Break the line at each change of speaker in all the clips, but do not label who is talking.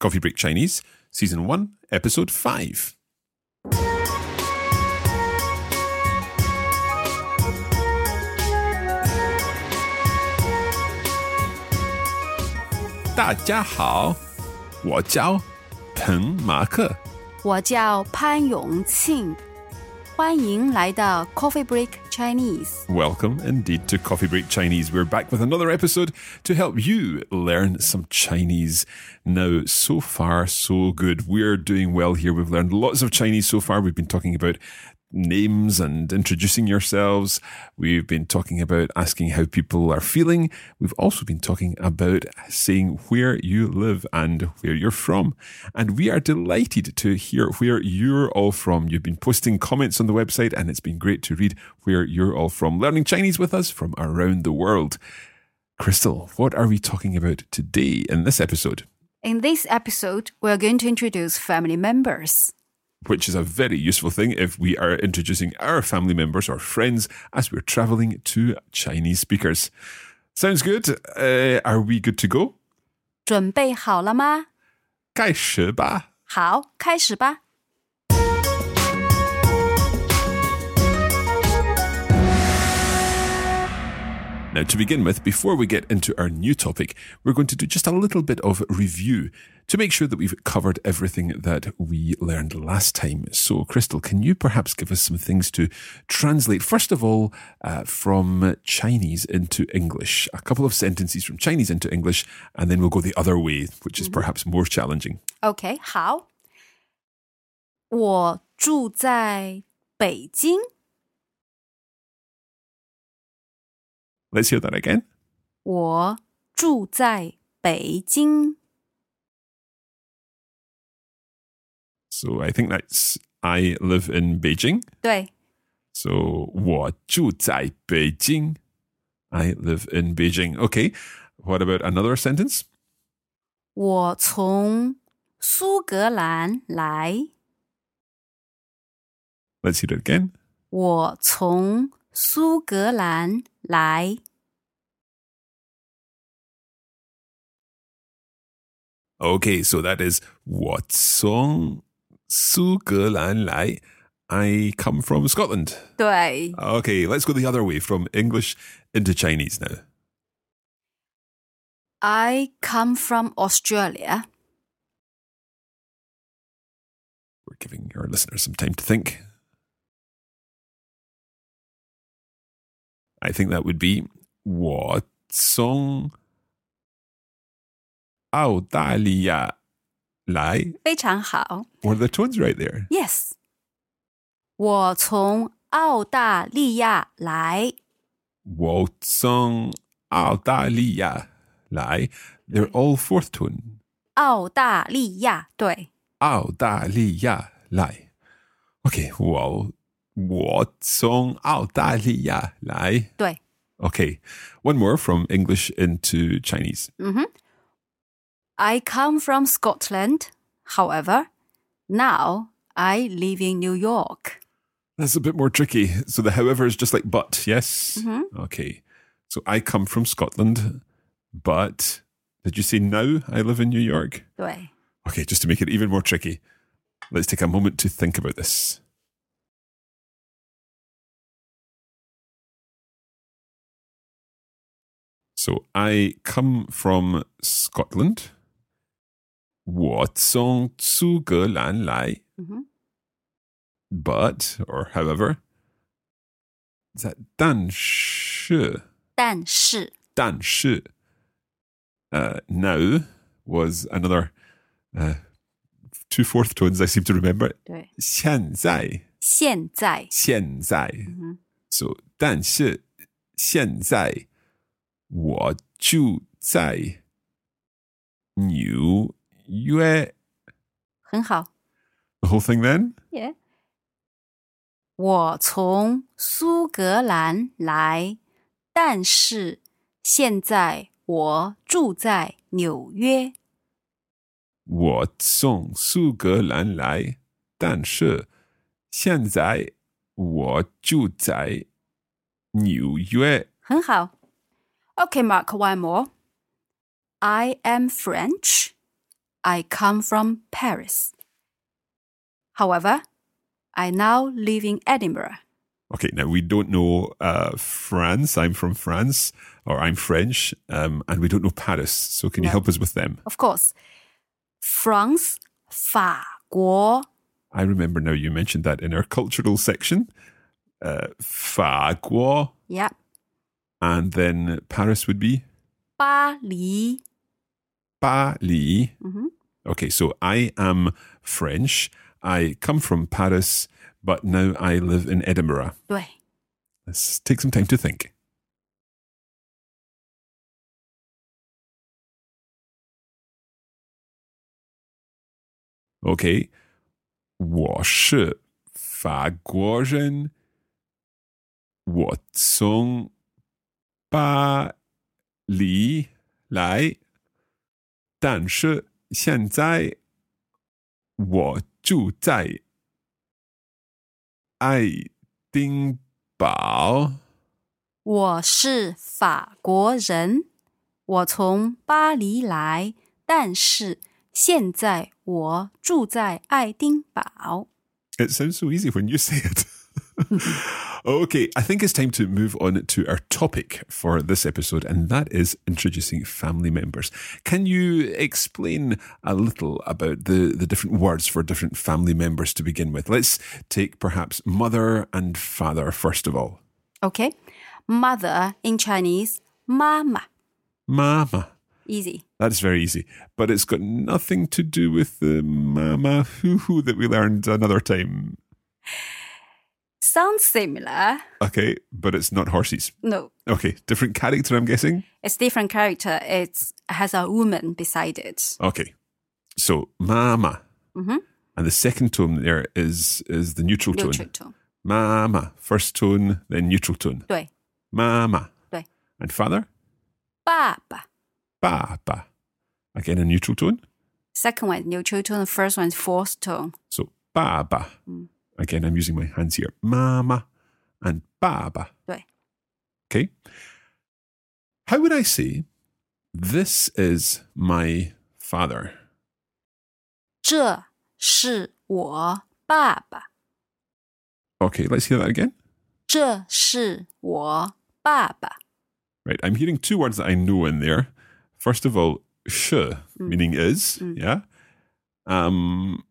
Coffee Break Chinese, Season 1, Episode 5.大家好，我叫彭马克。
我叫潘永庆，欢迎来到 Coffee Break Chinese。
Welcome indeed to Coffee Break Chinese. We're back with another episode to help you learn some Chinese. Now, so far, so good. We're doing well here. We've learned lots of Chinese so far. We've been talking about names and introducing yourselves. We've been talking about asking how people are feeling. We've also been talking about saying where you live and where you're from. And we are delighted to hear where you're all from. You've been posting comments on the website, and it's been great to read where you're all from, learning Chinese with us from around the world. Crystal, what are we talking about today in this episode?
In this episode, we're going to introduce family members.
which is a very useful thing if we are introducing our family members or friends as we're traveling to Chinese speakers. Sounds good. Uh, are we good to go?
准备好了吗？
开始吧。
好，开始吧。
Now, to begin with, before we get into our new topic, we're going to do just a little bit of review to make sure that we've covered everything that we learned last time. So, Crystal, can you perhaps give us some things to translate, first of all, uh, from Chinese into English? A couple of sentences from Chinese into English, and then we'll go the other way, which is perhaps more challenging.
OK，好。我住在北京，
Let's hear that again.
我住在北京。
So, I think that's I live in Beijing.
对，
So 我住在北京. I live in Beijing. Okay. What about another sentence?
我从苏格兰来，
Let's hear it again.
我从苏格兰来。
Okay, so that is 我从苏格兰来. I come from Scotland.
对，
Okay, let's go the other way from English into Chinese now.
I come from Australia.
We're giving our listeners some time to think. I think that would be 我从澳大利亚来.
非常好。
Were the tones right there?
Yes，我从澳大利亚来。
我从澳大利亚来. They're all fourth tone.
澳大利亚，对，
澳大利亚来. Okay, 我我从澳大利亚来.
对，
Okay, one more from English into Chinese.
嗯哼。I come from Scotland. However, now I live in New York.
That's a bit more tricky. So the however is just like but, yes?
Mhm.
Okay. So I come from Scotland, but did you say now I live in New York?
对，
Okay, just to make it even more tricky, let's take a moment to think about this. So I come from Scotland. 我从苏格兰来
嗯哼，
but or however is that 但是
但是，
但是 uh, now was another uh, two fourth tones I seem to remember
对，
现在
现在，
现在
嗯哼，
so 但是现在我住在北京 New Yue.
很好。
The whole thing then?
Yeah. 我从苏格兰来，但是现在我住在纽约。
我从苏格兰来，但是现在我住在纽约。
很好。Okay, Mark, one more. I am French. I come from Paris. However, I now live in Edinburgh.
Okay, now we don't know uh, France. I'm from France, or I'm French, um, and we don't know Paris. So can you
No.
help us with them?
Of course, France, 法国
I remember now you mentioned that in our cultural section. Uh, Fagua,
yeah,
and then Paris would be
巴黎
Bali.
Mhm.
Okay, so I am French. I come from Paris, but now I live in Edinburgh.
对。
Let's take some time to think. Okay. 我是法国人。我从巴黎来。但是现在我住在爱丁堡。
我是法国人，我从巴黎来，但是现在我住在爱丁堡。
It sounds so easy when you say it. okay, I think it's time to move on to our topic for this episode, and that is introducing family members. Can you explain a little about the, the different words for different family members to begin with? Let's take perhaps mother and father first of all.
Okay, mother in Chinese，妈妈
Mama.
，easy。
That's very easy. But it's got nothing to do with the mama hoo hoo that we learned another time.
Sounds similar.
Okay, but it's not horses.
No,
Okay, different character, I'm guessing.
it's different character. It has a woman beside it.
Okay, so mama.
Mhm.
And the second tone there is is the neutral tone.
Neutral tone.
Mama. First tone, then neutral tone.
对
Mama.
对，
And father?
爸爸。
Papa. Again, a neutral tone.
Second one neutral tone. The first one is fourth tone.
So baba.
Mm.
Again, I'm using my hands here. Mama and baba.
对
Okay. How would I say this is my father?
这是我爸爸。
Okay, let's hear that again.
这是我爸爸。
Right, I'm hearing two words that I know in there. First of all, sh, meaning is,
Mm.
yeah. Um,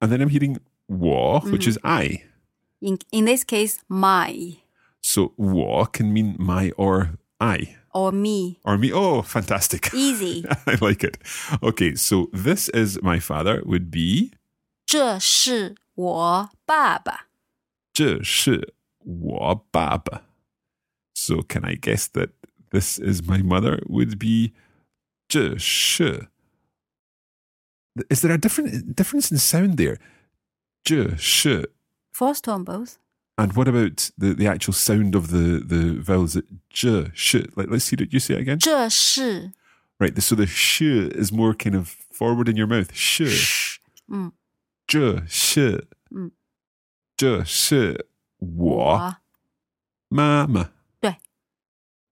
and then I'm hearing wa,
Mm.
which is I.
In in this case, my
So wa can mean my or I
or me.
or me. Oh, fantastic!
Easy.
I like it. Okay, so this is my father would be
这是我爸爸。
这是我爸爸. So can I guess that this is my mother would be 这是. Is there a different difference in sound there? 这是.
First tone both.
And what about the, the actual sound of the, the vowels? Is it 这是. Like, let's see it. You say it again.
这是
Right. So the sh is more kind of forward in your mouth. Sh.
嗯
这是,
嗯。
这是我
我
妈妈。
对。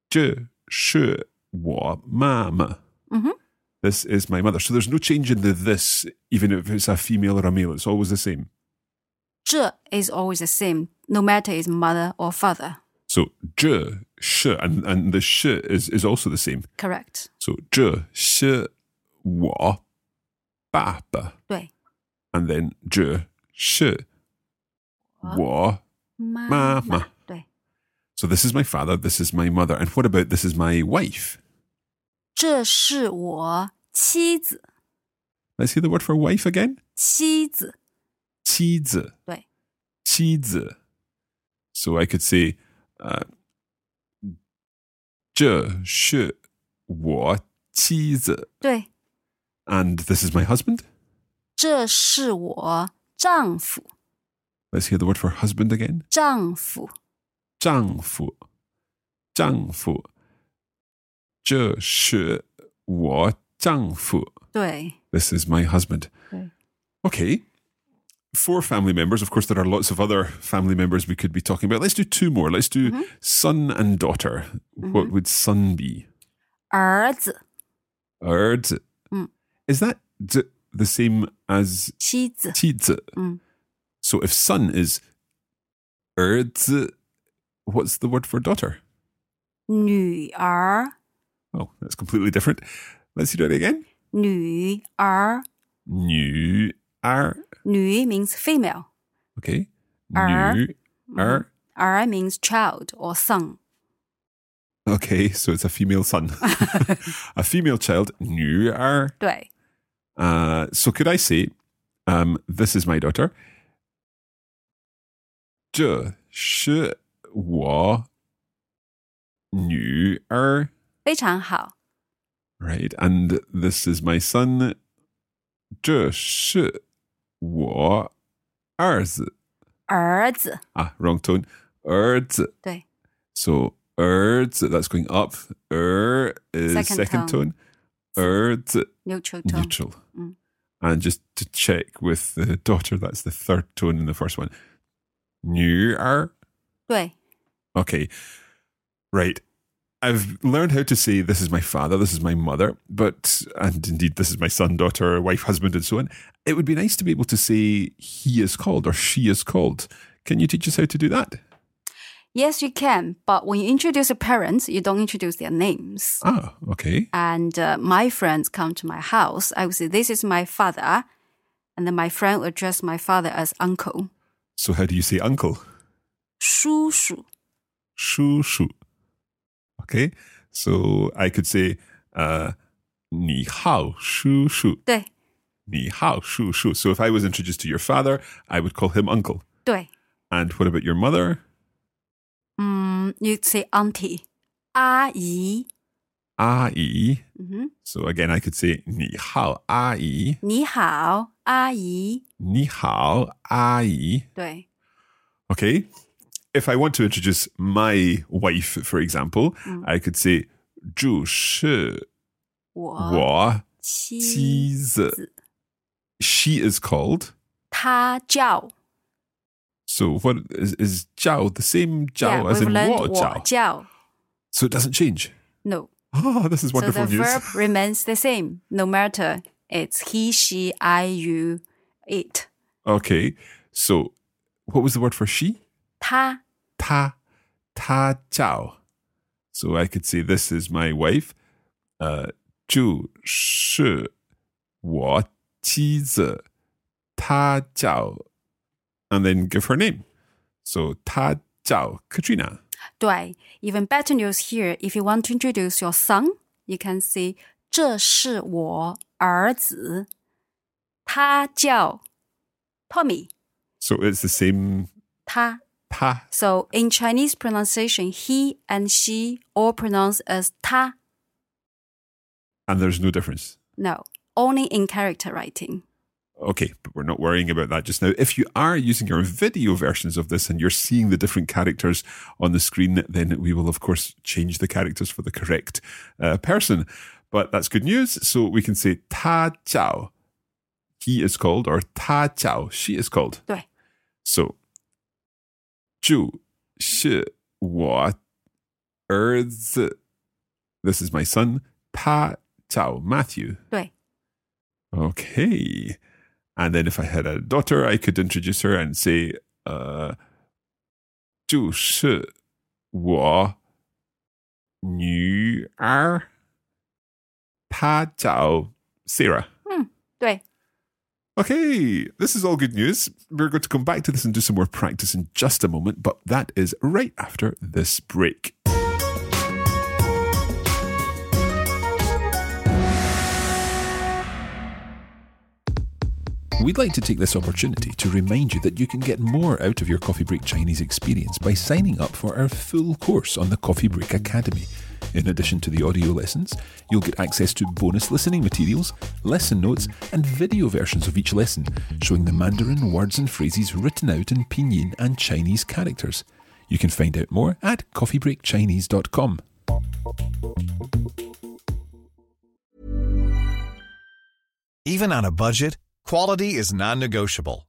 这是我妈妈。
嗯哼
This is my mother. So there's no change in the this, even if it's a female or a male. It's always the same.
这 is always the same, no matter is mother or father.
So 这, sh, and, and the sh is, is also the same.
Correct.
So 这是我爸爸.
对，
And then 这是我
妈
妈
妈
妈。
对，
So this is my father, this is my mother, and what about this is my wife?
这是我妻子，
Let's hear the word for wife again.
妻子。
妻子,
对，
妻子. So I could say, uh, 这是我妻子,
对，
And this is my husband.
这是我丈夫，
Let's hear the word for husband again.
丈夫，
丈夫,丈夫,这是我丈夫.
对
This is my husband.
对
Okay. Four family members. Of course, there are lots of other family members we could be talking about. Let's do two more. Let's do
Mm-hmm.
son and daughter. What would son be?
儿子、
Erd.
Mm.
Is that d- the same as
妻子，
tiz?
Mm.
So if son is erd, what's the word for daughter?
女儿，
Oh, that's completely different. Let's do it again.
女儿，
New are
女 means female，
okay.
Are.
New er.
Mm-hmm.
are
儿 means child or son，
okay. So it's a female son, a female child. New are.
对，
Uh, so could I say, um, this is my daughter. 这是我女儿.
非常好，
Right, and this is my son. 这是我儿子.
儿子，
Ah, wrong tone. 儿子.
对
So 儿子, that's going up. 儿 is
Second
second, tone. 儿子,
，neutral tone，
neutral.
Mm.
And just to check with the daughter, that's the third tone in the first one. 女儿.
对，
Okay. Right. I've learned how to say this is my father, this is my mother, but and indeed this is my son, daughter, wife, husband, and so on. It would be nice to be able to say he is called or she is called. Can you teach us how to do that?
Yes, you can, but when you introduce your parents, you don't introduce their names.
Ah, okay.
And uh, my friends come to my house. I would say, This is my father. And then my friend will address my father as uncle.
So how do you say uncle?
叔叔
Shu shu. Okay. So I could say uh ni hao shu shu.
对
Ni hao shu shu. So if I was introduced to your father, I would call him uncle.
对
And what about your mother?
嗯 you say auntie 阿姨
Ai.
嗯哼
So again, I could say ni hao ai,
你好阿姨
ni hao ai.
对
Okay. If I want to introduce my wife, for example, I could say 住是
我
我
妻
妻子 She is called.
她叫
So what is, is jiao the same jiao
Yeah,
as
we've
in
learned
wo
我
jiao?
叫
So it doesn't change.
no
Oh, this is wonderful
so the
news.
verb remains the same no matter it's he she I you it
Okay. So what was the word for she?
她
ta ta chao. So I could say this is my wife. Uh, 就是我妻子,她叫, and then give her name. So 她叫 Katrina.
对 even better news here if you want to introduce your son you can say 这是我儿子他叫 Tommy
So it's the same
他
ta.
so in Chinese pronunciation he and she all pronounced as 他
And there's no difference.
no only in character writing
Okay, but we're not worrying about that just now. If you are using our video versions of this and you're seeing the different characters on the screen, then we will, of course, change the characters for the correct uh, person. But that's good news. So we can say Ta Chao, he is called, or Ta Chao, she is called.
对
So, Ju Shi Wa Erz, this is my son, Ta Chao, Matthew.
对
Okay. And then if I had a daughter, I could introduce her and say, uh, 就是我女儿,她叫 Sarah.
对
Okay, this is all good news. We're going to come back to this and do some more practice in just a moment, but that is right after this break. We'd like to take this opportunity to remind you that you can get more out of your Coffee Break Chinese experience by signing up for our full course on the Coffee Break Academy. In addition to the audio lessons, you'll get access to bonus listening materials, lesson notes, and video versions of each lesson, showing the Mandarin words and phrases written out in pinyin and Chinese characters. You can find out more at coffeebreakchinese.com.
Even on a budget, quality is non-negotiable.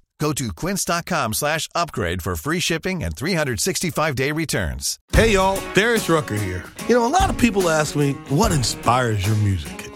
Go to quince.com slash upgrade for free shipping and 365-day returns.
Hey y'all, Darius Rucker here. You know, a lot of people ask me, what inspires your music?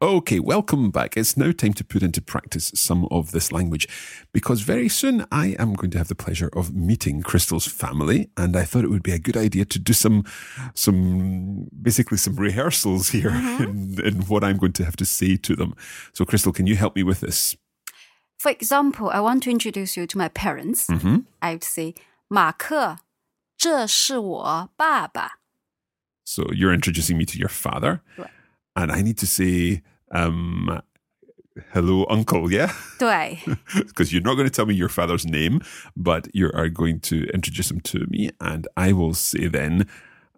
Okay, welcome back. It's now time to put into practice some of this language because very soon I am going to have the pleasure of meeting Crystal's family and I thought it would be a good idea to do some some basically some rehearsals here in, in what I'm going to have to say to them. So Crystal, can you help me with this?
For example, I want to introduce you to my parents.
Mm-hmm.
I would say, 马克，这是我爸 爸。
So you're introducing me to your father
Right.
and I need to say um hello uncle, yeah?
对，
because you're not going to tell me your father's name, but you are going to introduce him to me, and I will say then,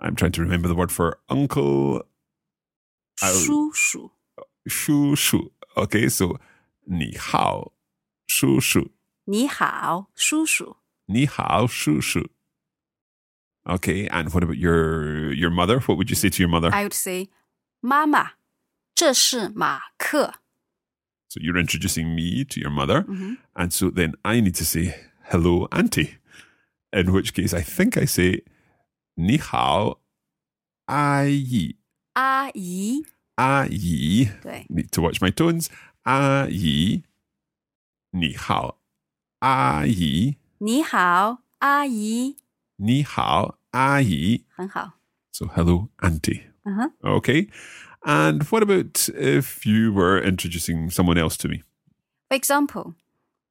I'm trying to remember the word for uncle
叔叔，
Shu Shu. Okay, so Ni Hao Shu Shu.
你好，叔叔，
Ni Hao Shu Shu. Okay, and what about your your mother? What would you say to your mother?
I would say，妈妈，这是马克。
so you're introducing me to your mother,
Mhm.
and so then I need to say hello, auntie. In which case, I think I say Ni Hao Ayi.
阿姨，
阿姨，
对
need to watch my tones. 阿姨，你好，阿姨，你好，阿姨。
你好，阿姨，很好。
So hello, auntie.
嗯哼，
Okay. And what about if you were introducing someone else to me?
For example，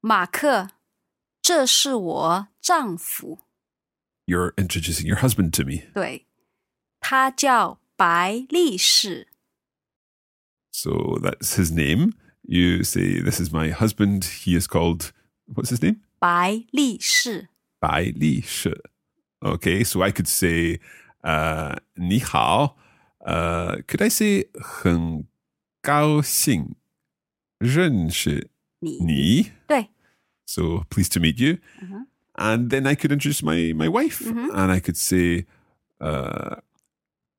马克，这是我丈夫，
You're introducing your husband to me.
对，他叫白力士，
So that's his name. You say, This is my husband. He is called, what's his name?
白力士，
Bai Li Shi. Okay, so I could say uh, Ni Hao. Uh, could I say Hen Gao Xing? Ren Shi
你，
Ni.
对
So pleased to meet you. And then I could introduce my, my wife and I could say, uh,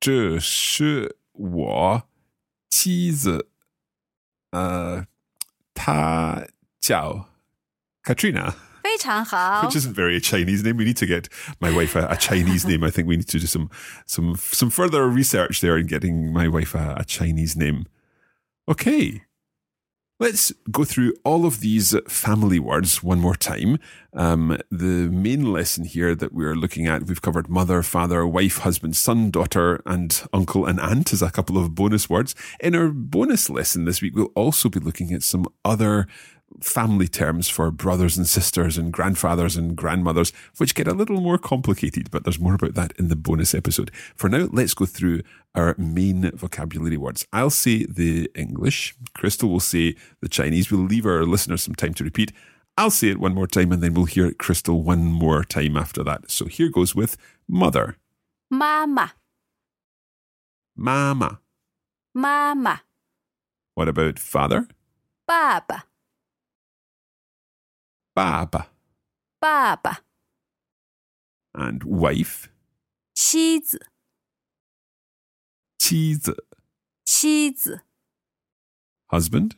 这是我妻子,呃,她叫 Katrina
非常好
which，isn't very a Chinese name. We need to get my wife a, a Chinese name. I think we need to do some some some further research there in getting my wife a, a Chinese name. Okay. Let's go through all of these family words one more time. Um, the main lesson here that we're looking at, we've covered mother, father, wife, husband, son, daughter, and uncle and aunt as a couple of bonus words. In our bonus lesson this week, we'll also be looking at some other family terms for brothers and sisters and grandfathers and grandmothers, which get a little more complicated, but there's more about that in the bonus episode. For now, let's go through our main vocabulary words. I'll say the English, Crystal will say the Chinese. We'll leave our listeners some time to repeat. I'll say it one more time and then we'll hear it, Crystal, one more time after that. So here goes with mother,
妈妈，
mama.
妈妈，
What about father?
爸爸，
Baba.
爸爸，
And wife,
妻子，
妻子.
妻子，
husband,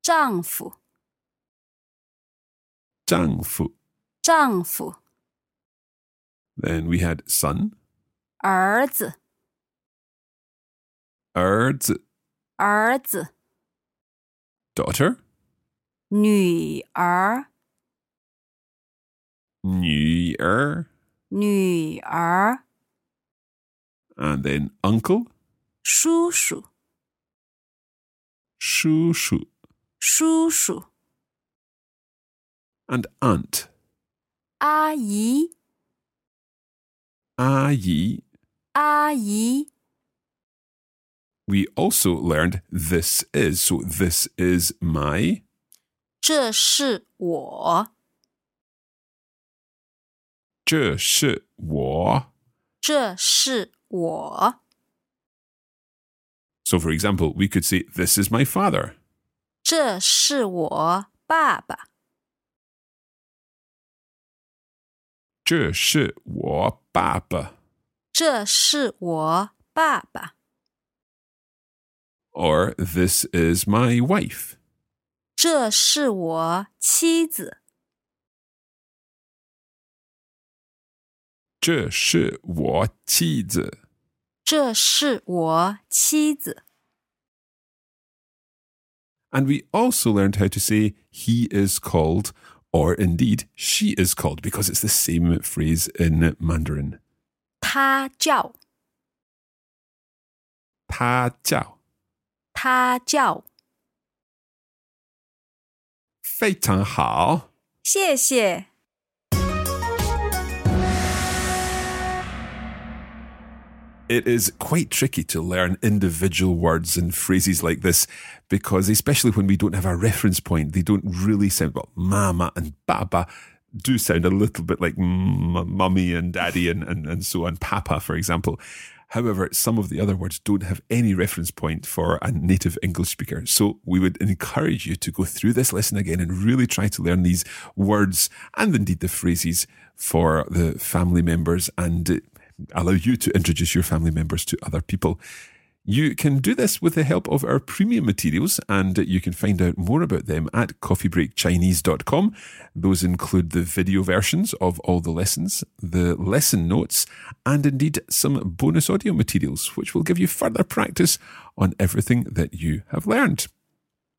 丈夫，
丈夫.
丈夫，
Then we had son,
儿子，
儿子,
儿子，
daughter,
女儿，
女儿,
女儿，
and then uncle,
叔叔，
叔叔,
叔叔，
and aunt,
阿姨，
阿姨.
阿姨，
We also learned this is. So this is my,
这是我，
这是我.
这是我，
So for example, we could say this is my father.
这是我爸爸，
这是我爸爸.
这是我爸爸，
Or this is my wife.
这是我妻子，
这是我妻子.
这是我妻子。
And we also learned how to say he is called or indeed she is called because it's the same phrase in Mandarin.
他叫，
他叫.
他叫，
非常好.
谢谢。
It is quite tricky to learn individual words and phrases like this because, especially when we don't have a reference point, they don't really sound well. Mama and Baba do sound a little bit like mm, mummy and daddy and, and, and so on, Papa, for example. However, some of the other words don't have any reference point for a native English speaker. So we would encourage you to go through this lesson again and really try to learn these words and indeed the phrases for the family members and uh, allow you to introduce your family members to other people. You can do this with the help of our premium materials, and you can find out more about them at coffeebreakchinese.com. Those include the video versions of all the lessons, the lesson notes, and indeed some bonus audio materials, which will give you further practice on everything that you have learned.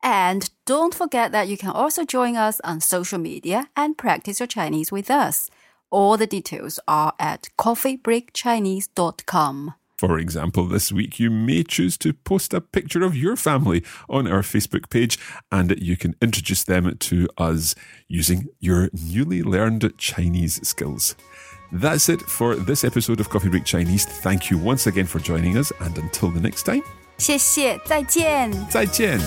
And don't forget that you can also join us on social media and practice your Chinese with us. All the details are at coffeebreakchinese.com.
For example, this week you may choose to post a picture of your family on our Facebook page and you can introduce them to us using your newly learned Chinese skills. That's it for this episode of Coffee Break Chinese. Thank you once again for joining us and until the next time,
谢谢，再见。
再见!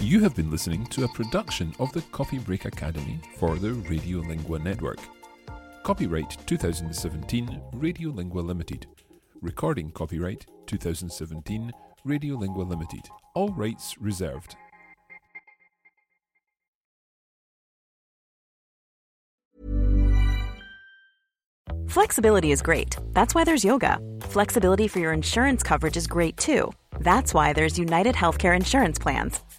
You have been listening to a production of the Coffee Break Academy for the Radiolingua Network. Copyright 2017 Radiolingua Limited. Recording copyright 2017 Radiolingua Limited. All rights reserved.
Flexibility is great. That's why there's yoga. Flexibility for your insurance coverage is great too. That's why there's United Healthcare Insurance Plans.